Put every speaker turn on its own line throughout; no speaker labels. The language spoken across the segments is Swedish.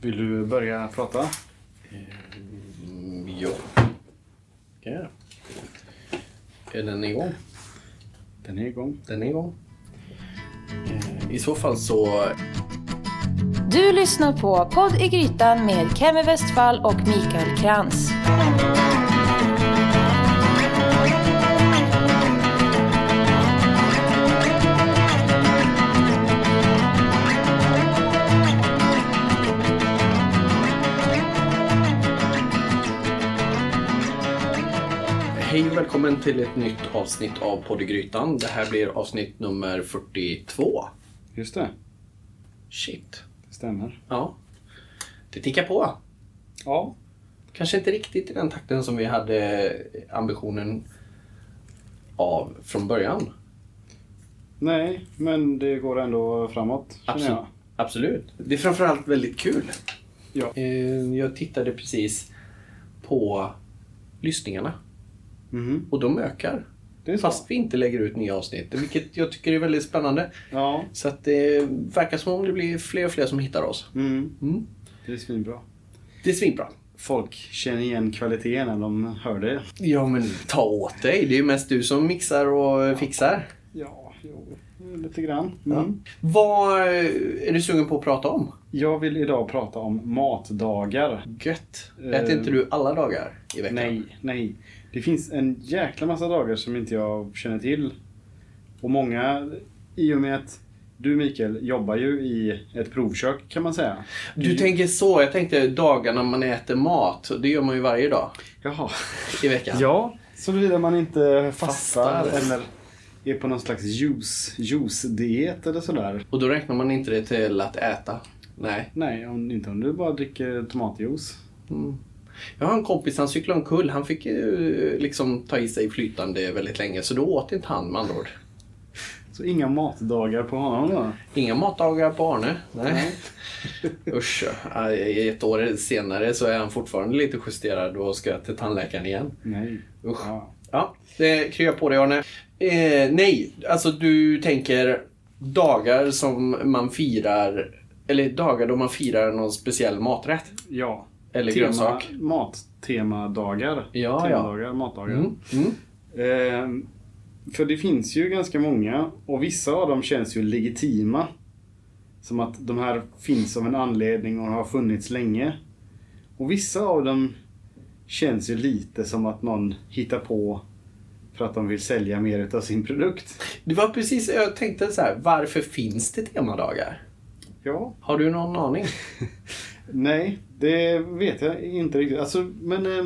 Vill du börja prata?
Ja. kan jag göra. Är den igång?
Den är igång.
Den är igång. Eh, I så fall så...
Du lyssnar på Podd i Grytan med Kemi Westfall och Mikael Krantz.
Hej och välkommen till ett nytt avsnitt av Podd i Grytan. Det här blir avsnitt nummer 42.
Just det.
Shit.
Det stämmer.
Ja. Det tickar på.
Ja.
Kanske inte riktigt i den takten som vi hade ambitionen av från början.
Nej, men det går ändå framåt. känner
Absolut.
jag.
Absolut. Det är framförallt väldigt kul.
Ja.
Eh, Jag tittade precis på lyssningarna
Mhm.
och de ökar.
Det är så.
Fast vi inte lägger ut nya avsnitt, vilket jag tycker är väldigt spännande.
Ja.
Så att det verkar som om det blir fler och fler som hittar oss.
Mm.
Mm.
Det är svinbra.
Det är svinbra.
Folk känner igen kvaliteten när de hör det.
Ja, men ta åt dig. Det är ju mest du som mixar och fixar.
Ja, jo. Lite grann.
Ja.
Mm.
Vad eh, är du sugen på att prata om?
Jag vill idag prata om matdagar.
Gött.
Eh,
Äter inte du alla dagar i veckan?
Nej, nej. Det finns en jäkla massa dagar som inte jag känner till. Och många, i och med att du Mikael jobbar ju i ett provkök kan man säga.
Du tänker så. Jag tänkte dagarna man äter mat. Det gör man ju varje dag
Jaha.
i veckan.
Ja, såvida man inte fastar,
Fastar.
eller är på någon slags juice- juice-diet eller sådär.
Och då räknar man inte det till att äta. Nej.
Nej, om, inte om du bara dricker tomatjuice.
Mm. Jag har en kompis, han cyklade omkull. Han fick ju liksom ta i sig flytande väldigt länge. Så då åt inte han med andra ord.
Så inga matdagar på honom då.
Inga matdagar på Arne. Nej. Usch. ja. I Ett år senare så är han fortfarande lite justerad och ska till tandläkaren igen.
Nej.
Usch.
Ja.
Ja, det kryar på dig Arne. Eh, nej, alltså du tänker dagar som man firar, eller dagar då man firar någon speciell maträtt.
ja.
Eller grönsak.
Mattemadagar.
Ja,
Temadagar, matdagar.
Mm. Mm.
Ehm, för det finns ju ganska många och vissa av dem känns ju legitima. Som att de här finns av en anledning och har funnits länge. Och vissa av dem känns ju lite som att någon hittar på för att de vill sälja mer utav sin produkt.
Det var precis, jag tänkte så här, varför finns det temadagar?
Ja.
Har du någon aning?
Nej, det vet jag inte riktigt. Alltså, men eh,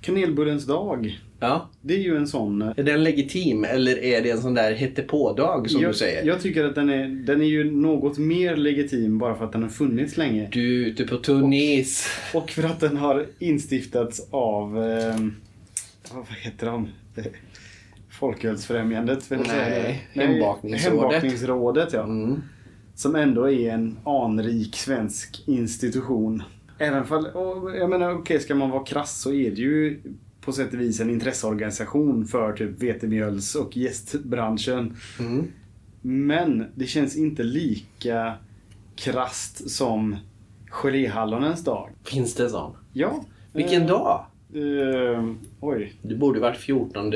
kanelbullens dag.
Ja.
Det är ju en sån eh,
Är den legitim eller är det en sån där hittepådag som
jag,
du säger?
Jag tycker att den är, den är ju något mer legitim bara för att den har funnits länge.
Du är ute på Tunis.
Och för att den har instiftats av... Eh, vad heter de? Folkölsfrämjandet vill jag
Nej,
säga det.
Hembakningsrådet.
Hembakningsrådet ja.
Mm.
Som ändå är en anrik svensk institution. Även fall, och jag menar okej, ska man vara krass så är det ju på sätt och vis en intresseorganisation för typ vetemjöls och gästbranschen.
Mm.
Men det känns inte lika krasst som geléhallonens dag.
Finns det en sån?
Ja.
Vilken
Eh,
dag?
Eh, oj.
Det borde varit 14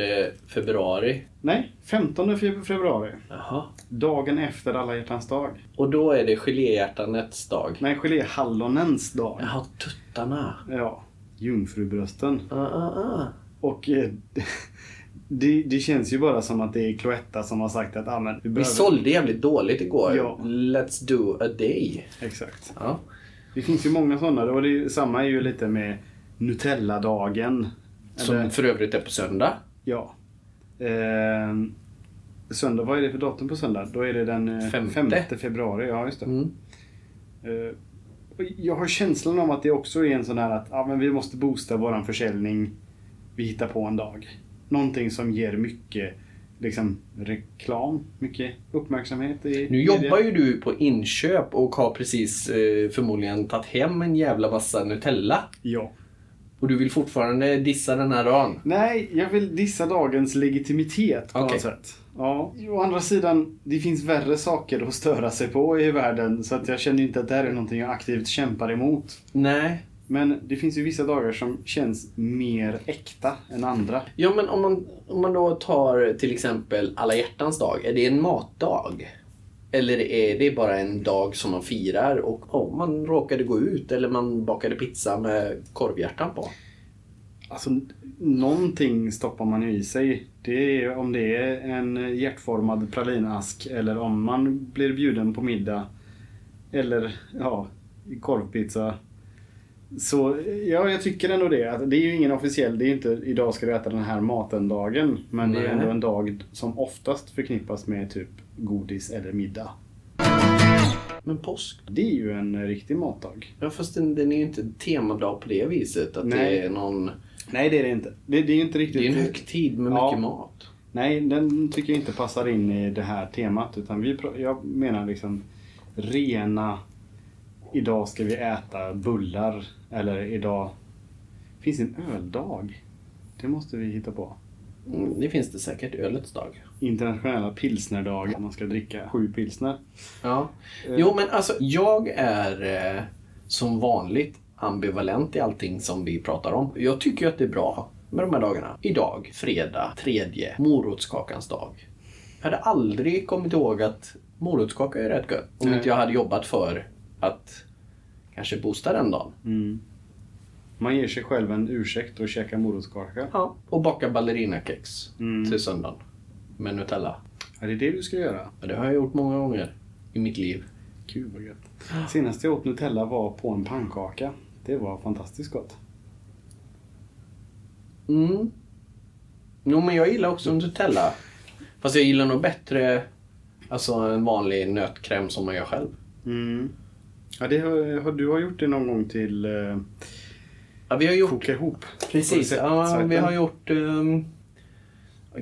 februari.
Nej, 15 feb- februari.
Jaha.
Dagen efter alla hjärtans dag.
Och då är det geléhjärtanets dag.
Nej, geléhallonens dag.
Jaha, tuttarna.
Ja. Jungfrubrösten.
Ah, ah, ah.
Och eh, det, det känns ju bara som att det är Cloetta som har sagt att ah, men, vi
Vi
behöver...
sålde jävligt dåligt igår.
Ja.
Let's do a day.
Exakt.
Ja.
Det finns ju många sådana. Och det, är ju- samma är ju lite med Nutelladagen.
Som
Eller-
för övrigt är på söndag.
Ja. Eh, söndag, vad är det för datum på söndag? Då är det den eh,
Femte.
femte februari. Ja, just det.
Mm.
Eh, och Jag har känslan om att det också är en sån här att ah, men vi måste boosta våran försäljning. Vi hittar på en dag. Någonting som ger mycket liksom, reklam, mycket uppmärksamhet. I
Nu jobbar ju du på inköp och har precis eh, förmodligen tagit hem en jävla massa Nutella.
Ja.
Och du vill fortfarande dissa den här dagen?
Nej, jag vill dissa dagens legitimitet på
Okej.
något sätt. Ja. Å andra sidan, det finns värre saker att störa sig på i världen så att jag känner inte att det här är någonting jag aktivt kämpar emot.
Nej.
Men det finns ju vissa dagar som känns mer äkta än andra.
Ja, men om man, om man då tar till exempel alla hjärtans dag. Är det en matdag? Eller är det bara en dag som man firar och oh, man råkade gå ut eller man bakade pizza med korvhjärtan på?
Alltså, någonting stoppar man ju i sig. Det är om det är en hjärtformad pralinask eller om man blir bjuden på middag. Eller ja, korvpizza. Så ja, jag tycker ändå det. Att det är ju ingen officiell, det är ju inte idag ska du äta den här maten-dagen. Men det är
Nej.
ändå en dag som oftast förknippas med typ godis eller middag.
Men påsk?
Det är ju en riktig matdag.
Ja, fast den, den är ju inte en temadag på det viset. Att
Nej.
det är någon...
Nej, det är det inte. Det, det är ju inte riktigt...
Det är en högtid med
Ja.
mycket mat.
Nej, den tycker jag inte passar in i det här temat. Utan vi, pra- jag menar liksom rena... Idag ska vi äta bullar. Eller idag... Finns det en öldag? Det måste vi hitta på.
Mm, det finns det säkert. Ölets dag.
Internationella pilsnerdag. Man ska dricka sju pilsner.
Ja. Jo, men alltså jag är eh, som vanligt ambivalent i allting som vi pratar om. Jag tycker ju att det är bra med de här dagarna. Idag, fredag, tredje, morotskakans dag. Jag hade aldrig kommit ihåg att morotskaka är rätt gött. Om
Nej.
inte jag hade jobbat för att kanske boosta den dagen.
Mm. Man ger sig själv en ursäkt och käkar morotskaka.
Ja. Och baka ballerinakex
Mm.
till söndagen. Med Nutella.
Är det det du ska göra?
Ja, Det har jag gjort många gånger i mitt liv.
Gud vad gött. Senast jag åt Nutella var på en pannkaka. Det var fantastiskt gott.
Mm. Jo, men jag gillar också Nutella. Fast jag gillar nog bättre alltså, en vanlig nötkräm som man gör själv.
Mm. Ja, det har, har, du har gjort det någon gång till eh,
Ja, vi har gjort...
Koka ihop.
Precis. Ja, vi
Mm.
har gjort... ehm,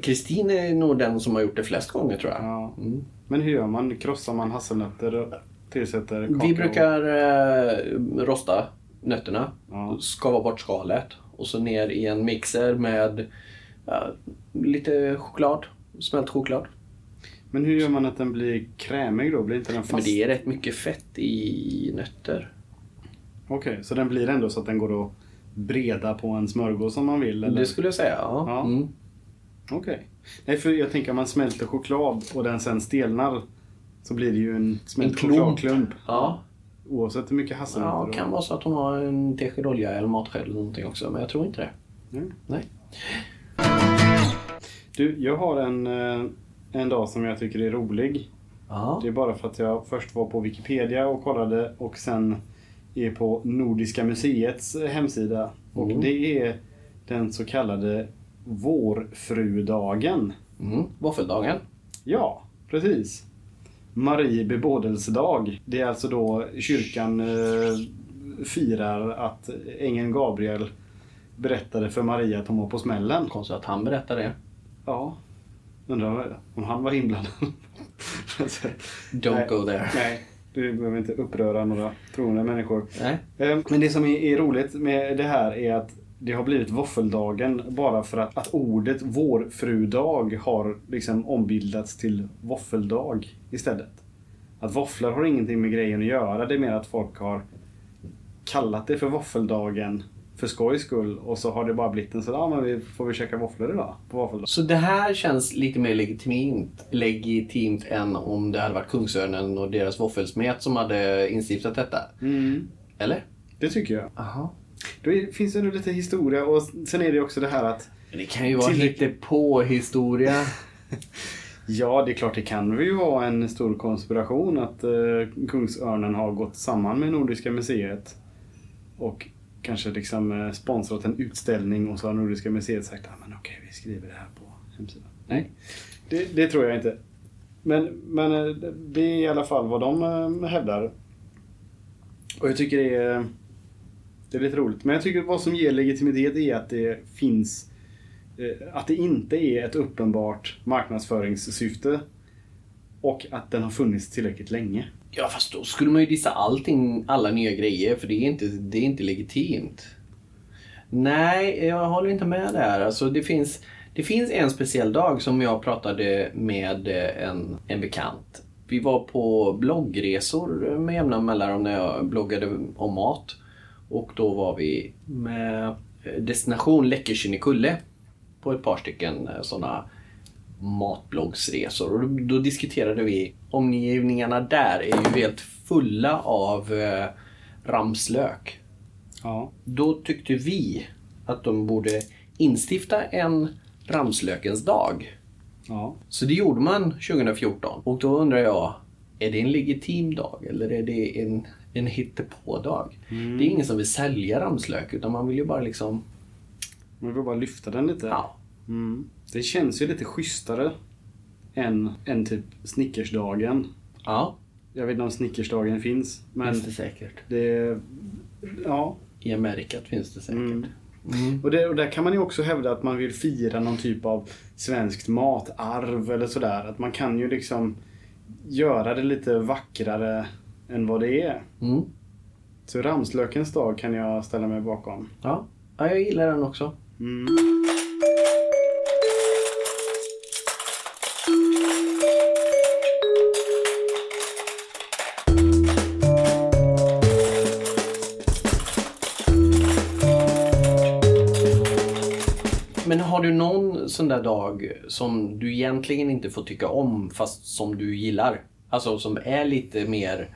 Kristin är nog den som har gjort det flest gånger, tror jag.
Ja.
Mm.
Men hur gör man? Krossar man hasselnötter och tillsätter kakao?
Vi brukar eh, rosta nötterna,
Ja.
skava bort skalet och så ner i en mixer med ja, lite choklad, smält choklad.
Men hur gör man att den blir krämig då? Blir inte den
Men
fast?
det är rätt mycket fett i nötter.
Okej, så den blir ändå så att den går att breda på en smörgås om man vill? Eller?
Det skulle jag säga, ja.
Ja.
Mm.
Okej. Nej, för jag tänker om man smälter choklad och den sen stelnar så blir det ju en smält
En klump.
chokladklump.
Ja,
Oavsett hur mycket hasselnötter
ja
du
kan
har.
vara så att hon har en tesked olja eller matsked eller någonting också, men jag tror inte det.
Nej.
Nej.
Du, jag har en, eh, en dag som jag tycker är rolig.
Ja.
Det är bara för att jag först var på Wikipedia och kollade och sen är på Nordiska museets eh, hemsida. Och
Mm.
det är den så kallade Vårfrudagen.
Mm. Våffeldagen.
Ja, precis. Marie bebådelsedag. Det är alltså då kyrkan eh, firar att ängeln Gabriel berättade för Maria att hon var på smällen.
Konstigt att han berättar det.
Ja. Undrar om han var inblandad.
Don't
Nej.
go there.
Nej, du behöver inte uppröra några troende människor.
Nej.
Eh, Men det som är, är roligt med det här är att det har blivit våffeldagen bara för att, att ordet vårfrudag har liksom ombildats till våffeldag istället. Att våfflor har ingenting med grejen att göra. Det är mer att folk har kallat det för våffeldagen för skojs skull och så har det bara blivit en sån, ja men vi får vi käka våfflor idag på våffeldagen.
Så det här känns lite mer legitimt, legitimt än om det hade varit Kungsörnen och deras våffelsmet som hade instiftat detta. Eller?
Det tycker jag.
Aha.
Då är- finns det ändå lite historia och sen är det också det här att
Men Det kan ju vara
Tillräck-
lite på historia.
Ja, det är klart det kan ju vara en stor konspiration att eh, Kungsörnen har gått samman med Nordiska museet och kanske liksom eh, sponsrat en utställning och så har Nordiska museet sagt ah, men okej, vi skriver det här på hemsidan. Nej, det, det tror jag inte. Men, men eh, det är i alla fall vad de eh, hävdar. Och jag tycker det är, det är lite roligt. Men jag tycker vad som ger legitimitet är att det finns eh, att det inte är ett uppenbart marknadsföringssyfte och att den har funnits tillräckligt länge.
Ja, fast då skulle man ju dissa allting, alla nya grejer, för det är inte, det är inte legitimt. Nej, jag håller inte med där. Alltså, det, finns, det finns en speciell dag som jag pratade med eh, en, en bekant. Vi var på bloggresor med jämna mellanrum när jag bloggade om mat. Och då var vi med eh, destination Läckerkinnekulle på ett par stycken sådana matbloggsresor. Och då diskuterade vi omgivningarna där är ju helt fulla av eh, ramslök.
Ja.
Då tyckte vi att de borde instifta en ramslökens dag.
Ja.
Så det gjorde man 2014. Och då undrar jag, är det en legitim dag eller är det en, en hittepådag? Det är ingen som vill sälja ramslök utan man vill ju bara liksom,
Man vill bara lyfta den lite.
ja.
Mm. Det känns ju lite schysstare än, än typ Snickersdagen.
Ja,
Jag vet inte om Snickersdagen finns, men
finns det säkert.
det... Ja.
I Amerika finns det säkert.
Mm. Och, det, och där kan man ju också hävda att man vill fira någon typ av svenskt matarv eller sådär. Att man kan ju liksom göra det lite vackrare än vad det är.
Mm.
Så ramslökens dag kan jag ställa mig bakom.
Ja. ja, jag gillar den också.
Mm.
Men har du någon sån där dag som du egentligen inte får tycka om fast som du gillar? Alltså som är lite mer,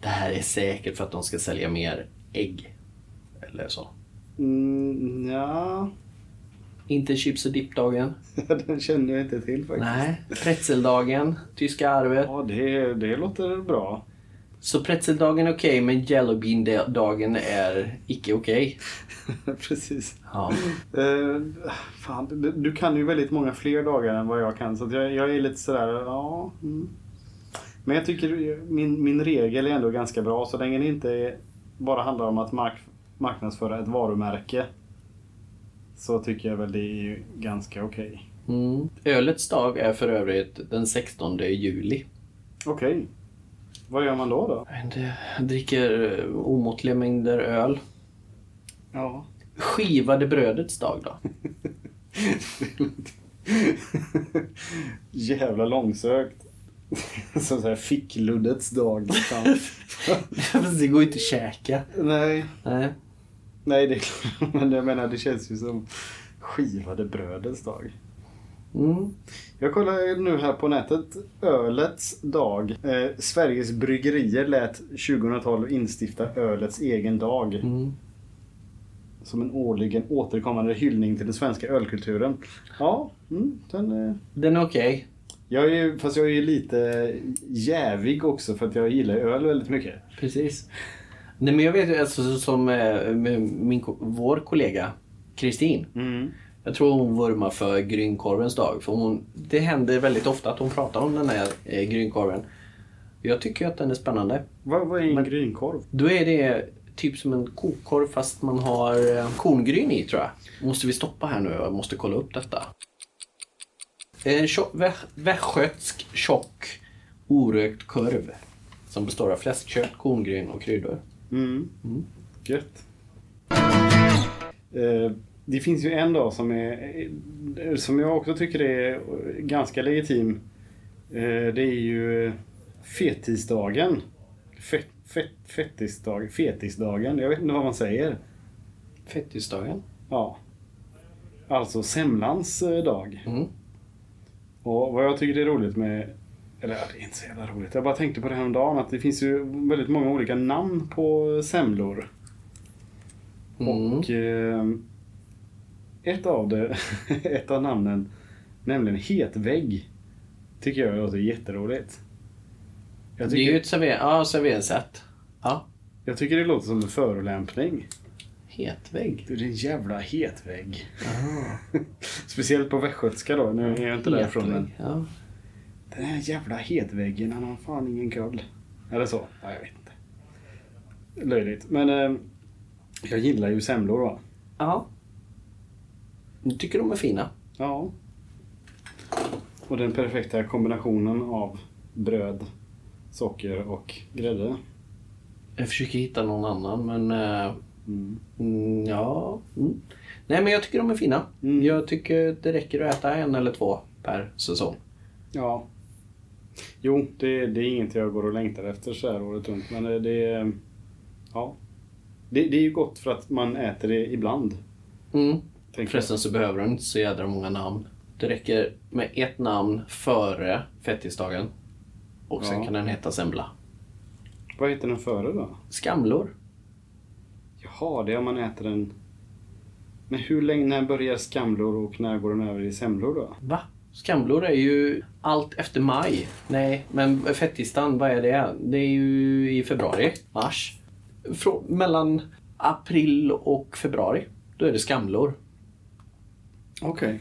det här är säkert för att de ska sälja mer ägg. Eller så.
Mm, ja,
Inte chips och dippdagen.
den känner jag inte till faktiskt.
Nej. Pretzeldagen, tyska arvet.
Ja, det, det låter bra.
Så pretzeldagen är okej men jello bean-dagen är icke okej.
Precis.
Ja.
Eh, fan, du, du kan ju väldigt många fler dagar än vad jag kan så att jag, jag är lite sådär, ja. Mm. Men jag tycker min, min regel är ändå ganska bra så länge det inte är, bara handlar om att mark, marknadsföra ett varumärke. Så tycker jag väl det är ganska okej.
Mm. Ölets dag är för övrigt den 16 juli.
Okej. Vad gör man då då?
Jag vet inte, jag dricker eh, omåttliga mängder öl.
Ja.
Skivade brödets dag då?
Jävla långsökt. Som såhär fickluddets dag. Fan.
Fast det går ju inte att käka.
Nej.
Nej.
Nej, det är klart. Men jag menar, det känns ju som skivade brödens dag.
Mm.
Jag kollar nu här på nätet. Ölets dag. Eh, Sveriges bryggerier lät 2012 instifta ölets egen dag.
Mm.
Som en årligen återkommande hyllning till den svenska ölkulturen. Ja, mm, den... Eh...
Den är okej.
Jag är ju, fast jag är ju lite jävig också för att jag gillar öl väldigt mycket.
Precis. Nej men jag vet ju alltså, så- som eh, med min, ko- vår kollega Kristin. Jag tror hon vurmar för grynkorvens dag. För hon, det händer väldigt ofta att hon pratar om den här eh, grynkorven. Jag tycker ju att den är spännande.
Vad, vad är en
Men-
grynkorv?
Då är det typ som en kokorv fast man har eh, korngryn i tror jag. Måste vi stoppa här nu? Jag måste kolla upp detta. En tjo- vä- västgötsk tjock orökt korv. Som består av fläskkött, korngryn och kryddor.
Mm. Gött. Eh, det finns ju en dag som, är, eh, som jag också tycker är eh, ganska legitim. Eh, det är ju eh, fetisdagen. Fett, fett, fettisdag, fetisdagen, jag vet inte vad man säger.
Fettisdagen.
Ja. Alltså semlans eh, dag.
Mm.
Och vad jag tycker det är roligt med... Eller ja, det är inte så jävla roligt. Jag bara tänkte på det här om dagen att det finns ju väldigt många olika namn på eh, semlor.
Mm.
Och eh, ett av det, ett av namnen, nämligen hetvägg, tycker jag låter jätteroligt. Jag
Det är
tycker,
ju ett server- ja, serveringssätt. Ja.
jag tycker det låter som en förolämpning.
Hetvägg.
Du din jävla hetvägg. Speciellt på västgötska då. Nu är jag inte därifrån men.
Hetvägg, Ja.
Den här jävla hetväggen, han har fan ingen koll. Eller så. Ja, jag vet inte. Löjligt. Men eh, jag gillar ju semlor va.
ja. Jag tycker de är fina.
Ja. Och den perfekta kombinationen av bröd, socker och grädde.
Jag försöker hitta någon annan men eh,
Mm.
Mm, ja. Mm. Nej, men jag tycker de är fina.
Mm.
Jag tycker det räcker att äta en eller två per säsong.
Ja. Jo, det, det är inget jag går och längtar efter så här året runt. Men det, det ja. Det, det är ju gott för att man äter det ibland.
Mm.
tänker jag.
Förresten så behöver de inte så jädra många namn. Det räcker med ett namn före fettisdagen. Och sen
Ja.
kan den heta semla.
Vad heter den före då?
Skamlor.
Jaha, det är om man äter den... Men hur länge, när börjar skamlor och när går den över i semlor då?
Va? Skamlor är ju allt efter maj. Nej, men fettisdagen, vad är det? Det är ju i februari, mars. Frå- mellan april och februari. Då är det skamlor.
Okej.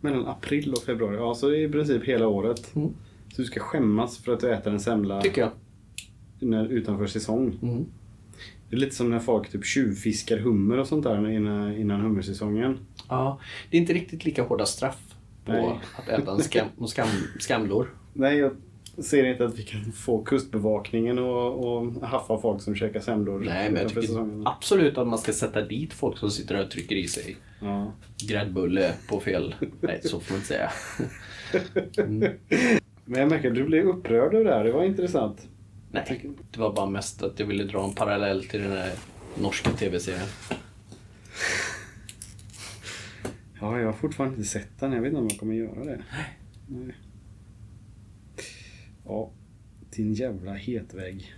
Mellan april och februari, ja så det är i princip hela året.
Mm.
Så du ska skämmas för att du äter en semla
Tycker jag.
när, utanför säsong.
Mm.
Det är lite som när folk typ tjuvfiskar hummer och sånt där innan, innan hummersäsongen.
Ja, det är inte riktigt lika hårda straff på
Nej.
att äta en skam- skam- skamlor.
Nej, jag ser inte att vi kan få kustbevakningen och, och haffa folk som käkar semlor
Nej, men jag
utanför
tycker
säsongen.
absolut att man ska sätta dit folk som sitter och trycker i sig
Ja.
gräddbulle på fel... Nej, så får man inte säga.
Mm. Men jag märker att du blev upprörd över det här. Det var intressant.
Nej, det var bara mest att jag ville dra en parallell till den där norska tv-serien.
Ja, jag har fortfarande inte sett den. Jag vet inte om jag kommer göra det. Nej. Ja, din jävla hetvägg.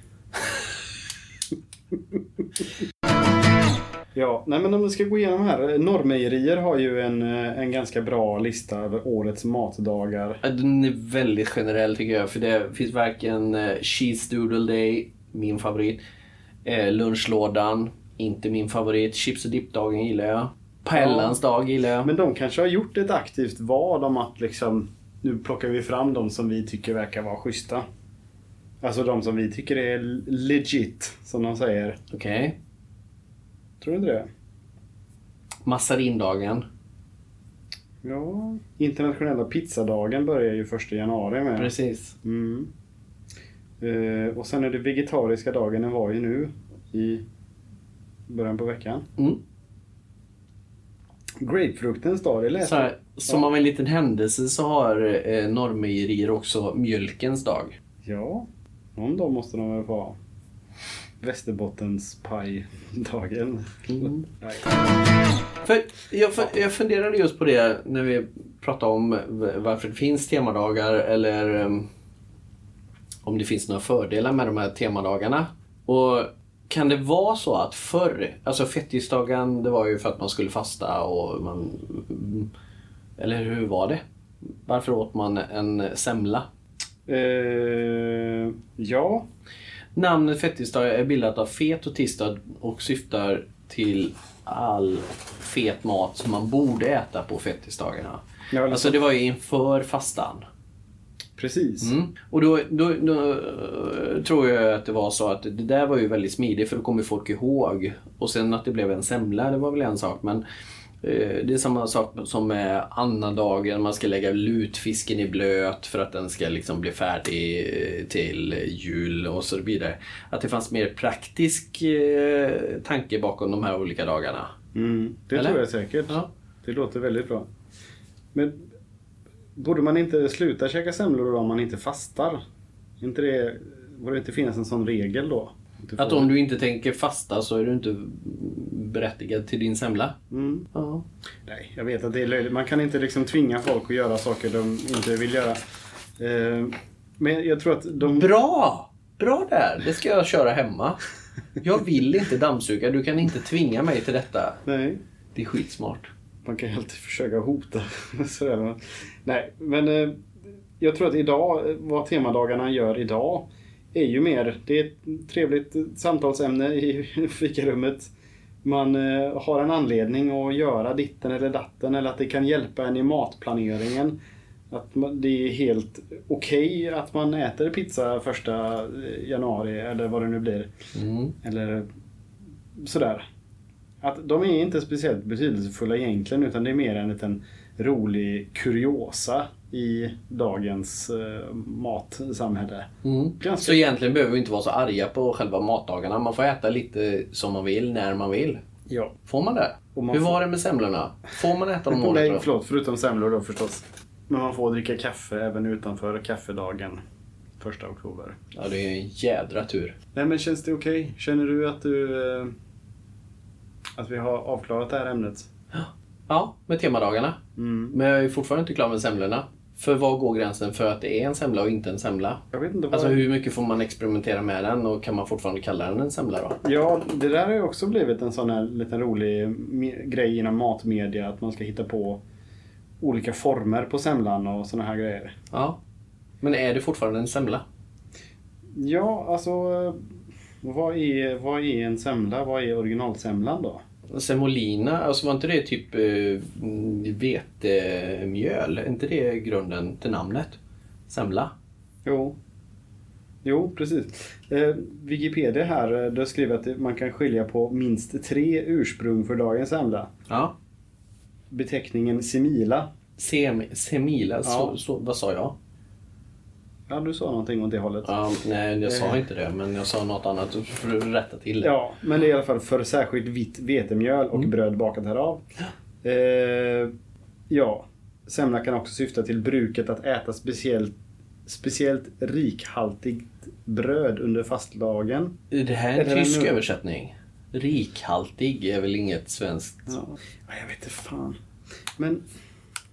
ja, nej men om vi ska gå igenom här. Norrmejerier har ju en, eh, en ganska bra lista över årets matdagar.
Ja, Den är väldigt generell tycker jag, för det finns varken eh, Cheese Doodle Day, min favorit, eh, lunchlådan, inte min favorit, chips och dippdagen gillar jag, paellans dag gillar jag.
Men de kanske har gjort ett aktivt val om att liksom nu plockar vi fram de som vi tycker verkar vara schyssta. Alltså de som vi tycker är legit, som de säger.
Okej,
Tror du inte det?
massarindagen,
Ja. Internationella pizzadagen börjar ju 1 januari med.
precis.
Mm. Eh, och sen är det vegetariska dagen, den var ju nu i början på veckan.
Mm.
Grapefruktens dag, det
Så
läste jag.
här, som av en liten händelse så har eh, Norrmejerier också mjölkens dag.
Ja, någon dag måste de väl få ha. Västerbottens pajdagen.
Mm.
Nej.
För jag, fu- jag funderade just på det när vi pratade om v- varför det finns temadagar eller em, om det finns några fördelar med de här temadagarna. Och kan det vara så att förr, alltså fettisdagen det var ju för att man skulle fasta och man... mm, Eller hur var det? Varför åt man en semla?
Eh, ja,
Namnet fettisdag är bildat av fet och tisdag och syftar till all fet mat som man borde äta på fettisdagarna.
Ja, eller
alltså
så.
det var ju inför fastan.
precis.
Mm. Och då, då, då eh, tror jag att det var så att det där var ju väldigt smidigt för då kommer folk ihåg. Och sen att det blev en semla, det var väl en sak. Men eh, det är samma sak som med annandagen. Man ska lägga lutfisken i blöt för att den ska liksom bli färdig eh, till jul och så vidare. Att det fanns mer praktisk eh, tanke bakom de här olika dagarna.
Mm, det
Eller?
tror jag säkert.
Ja.
Det låter väldigt bra. Men borde man inte sluta käka semlor då om man inte fastar? Inte det, borde det inte finnas en sån regel då?
Att om du inte tänker fasta så är du inte berättigad till din semla.
Mm.
Ja.
Nej, jag vet att det är löjligt. Man kan inte liksom tvinga folk att göra saker de inte vill göra. Eh, Men jag tror att de...
Bra! Bra där! Det ska jag köra hemma. Jag vill inte dammsuga. Du kan inte tvinga mig till detta.
Nej.
Det är skitsmart.
Man kan ju alltid försöka hota. Sådär. men- Nej, men eh, jag tror att idag, eh, vad temadagarna gör idag, är ju mer, det är ett trevligt eh, samtalsämne i fikarummet. Man eh, har en anledning att göra ditten eller datten eller att det kan hjälpa en i matplaneringen. Att man, det är helt okej att man äter pizza första eh, januari eller vad det nu blir.
Mm.
Eller sådär. Att de är inte speciellt betydelsefulla egentligen utan det är mer en liten rolig kuriosa i dagens eh, matsamhälle.
Mm.
Ganska-
Så egentligen behöver vi inte vara så arga på själva matdagarna. Man får äta lite som man vill, när man vill.
Ja.
Får man det?
Och man
Hur
får-
var det med semlorna? Får man äta dem året
Nej,
runt?
förlåt. Förutom semlor då förstås. Men man får dricka kaffe även utanför kaffedagen. Första oktober.
Ja, det är en jädra tur.
Nej men känns det okej? Känner du att du... eh, Att vi har avklarat det här ämnet?
Ja, med temadagarna.
Mm.
Men jag är fortfarande inte klar med semlorna. För var går gränsen för att det är en semla och inte en semla?
Jag vet inte vad...
Alltså hur mycket får man experimentera med den och kan man fortfarande kalla den en semla då?
Ja, det där har ju också blivit en sån här liten rolig me- grej inom matmedia. Att man ska hitta på olika former på semlan och såna här grejer.
Ja. Men är det fortfarande en semla?
Ja, alltså... eh, Vad är, vad är en semla? Vad är originalsemlan då?
Semolina, alltså var inte det typ eh, mm, vetemjöl? Är inte det grunden till namnet? Semla?
Jo. Jo, precis. Eh, Wikipedia här, eh, du skriver att man kan skilja på minst tre ursprung för dagens semla.
Ja.
Beteckningen semila.
Sem, semila,
Ja.
så, så, vad sa jag?
Ja, du sa någonting åt det hållet.
Ja, nej, jag sa inte det, men jag sa något annat för att rätta till det.
Ja, men det är i alla fall för särskilt vitt vetemjöl och bröd bakat härav. Eh, ja, semla kan också syfta till bruket att äta speciellt, speciellt rikhaltigt bröd under fastlagen.
Är Det här är en
Eller
tysk
nu-
översättning. Rikhaltig är väl inget svenskt?
Ja, jag vet inte fan. Men...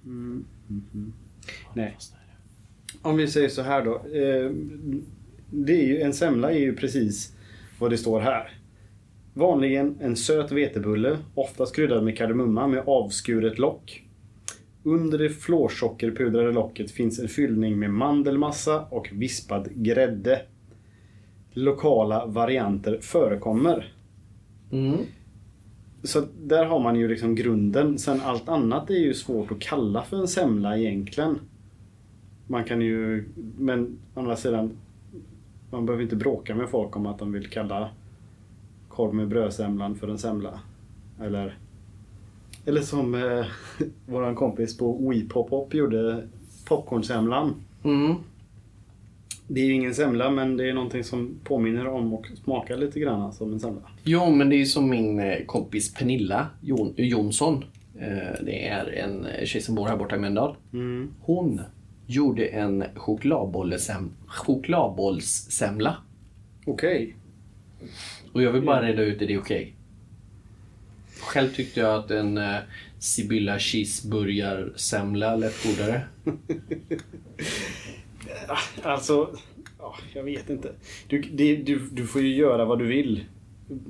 Mm, mhm. Nej. Om vi säger så här då. Eh, det är ju, en semla är ju precis vad det står här. Vanligen en söt vetebulle, oftast kryddad med kardemumma med avskuret lock. Under det flårsockerpudrade locket finns en fyllning med mandelmassa och vispad grädde. Lokala varianter förekommer.
Mm.
Så att där har man ju liksom grunden. Sen allt annat är ju svårt att kalla för en semla egentligen. Man kan ju, men å andra sidan, man behöver inte bråka med folk om att de vill kalla korv med brödsemlan för en semla. Eller, eller som eh, våran kompis på WePopOp gjorde, popcornsemlan.
Mm.
Det är ju ingen semla men det är någonting som påminner om och smakar lite grann som en semla.
Jo, men det är ju som min eh, kompis Pernilla Jon- Jonsson. Eh, Det är en eh, tjej som bor här borta i Mölndal.
Mm.
Hon gjorde en chokladbollesem- chokladbollssemla.
Okej.
Och jag vill bara reda ut, är det okej? Själv tyckte jag att en eh, Sibylla cheeseburgarsemla lät godare.
Alltså, ja, jag vet inte. Du, det, du, du får ju göra vad du vill.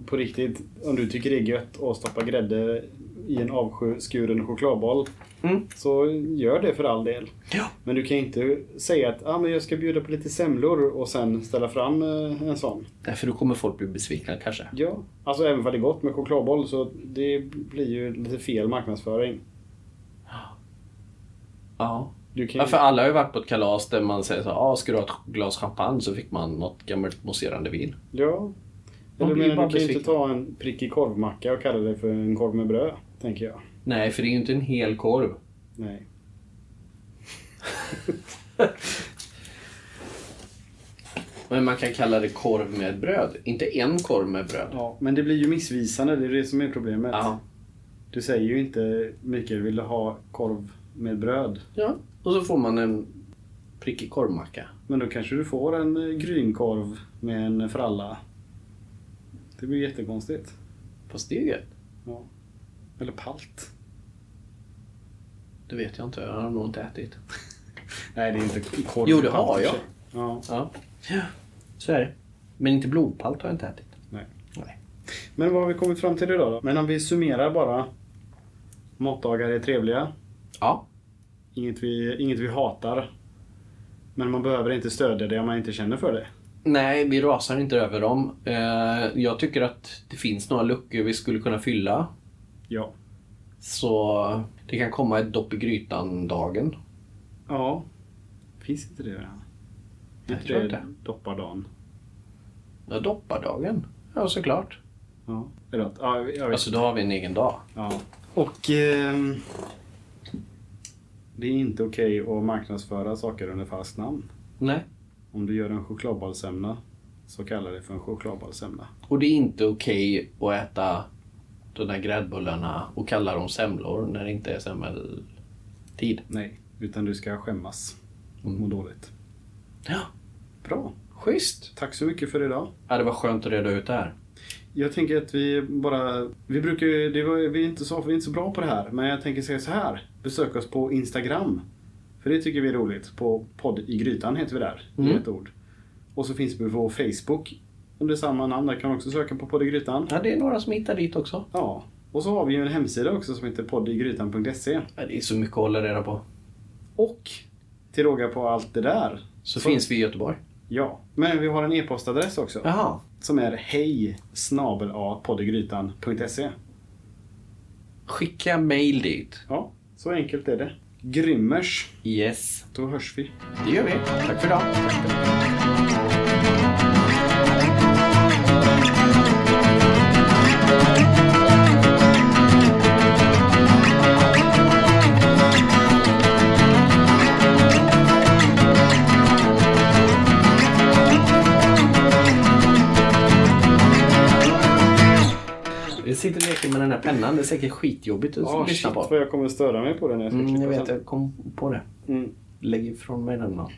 På riktigt. Om du tycker det är gött att stoppa grädde i en avskuren chokladboll.
Mm.
Så gör det för all del.
Ja.
Men du kan inte säga att ah, men jag ska bjuda på lite semlor och sen ställa fram eh, en sån.
Därför då kommer folk bli besvikna kanske.
Ja. Alltså även om det är gott med chokladboll så det blir ju lite fel marknadsföring.
Ja.
Du kan
Ja,
ju...
för alla har ju varit på ett kalas där man säger så här, ah, ska du ha ett glas champagne? Så fick man något gammalt mousserande vin.
Ja.
De
Eller
blir
men, du
bara
kan ju inte
besvikna.
ta en prickig korvmacka och kalla det för en korv med bröd. Tänker jag.
Nej, för det är ju inte en hel korv.
Nej.
Men man kan kalla det korv med bröd. Inte en korv med bröd.
Ja, men det blir ju missvisande. Det är det som är problemet.
Ja.
Du säger ju inte Mikael vill du ha korv med bröd.
ja. Och så får man en prickig korvmacka.
Men då kanske du får en eh, grynkorv med en fralla. Det blir jättekonstigt.
Fast det är ju gött.
Ja. Eller palt.
Det vet jag inte. Jag har nog inte ätit.
Nej, det är inte korv.
Jo,
med
det har
palt i
jag.
sig. Ja.
Ja. ja. Så är det. Men inte blodpalt har jag inte ätit.
Nej.
Nej.
Men vad har vi kommit fram till idag då? Men om vi summerar bara. Måttdagar är trevliga.
Ja.
Inget vi, inget vi hatar. Men man behöver inte stödja det om man inte känner för det.
Nej, vi rasar inte över dem. Eh, Jag tycker att det finns några luckor vi skulle kunna fylla.
Ja.
Så det kan komma ett dopp i grytan-dagen.
Ja. Finns inte det redan?
Jag tror inte.
Doppardagen.
Ja, doppardagen. Ja, såklart.
Ja. Eller att, ja, jag vet.
Alltså, då har vi en egen dag.
ja. Och ehm, Det är inte okej att marknadsföra saker under falskt namn.
Nej.
Om du gör en chokladbollsemna så kalla det för en chokladbollsemna.
Och det är inte okej att äta de där gräddbullarna och kalla dem semlor när det inte är semmeltid.
Nej, utan du ska skämmas och må dåligt.
Ja,
Bra.
schysst.
Tack så mycket för idag.
Ja, det var skönt att reda ut det här.
Jag tänker att vi bara... Vi brukar ju- det var, vi, är inte så, vi är inte så bra på det här, men jag tänker säga så här. Besök oss på Instagram. För det tycker vi är roligt. På podd i grytan heter vi där. Det är
Mm.
ett ord. Och så finns vi på Facebook under samma namn. Där kan man också söka på podd i grytan.
Ja, det är några som hittar dit också.
Ja. Och så har vi ju en hemsida också som heter poddigrytan.se.
Ja, det är så mycket att hålla reda på.
Och till råga på allt det där.
Så, finns vi i Göteborg.
Ja. Men vi har en e-postadress också.
Jaha.
Som är hej snabel a poddigrytan.se.
Skicka mail dit.
Ja, så enkelt är det. Grymmers,
Yes.
då hörs vi.
Det gör vi. Tack för idag. Jag sitter och leker med den här pennan. Det är säkert skitjobbigt att
Ja, Ah, shit
lyssna
vad
på.
jag kommer störa mig på det när jag ska
Mm, jag
klippa
vet,
sen.
jag kom på det.
Mm.
Lägg ifrån mig den då.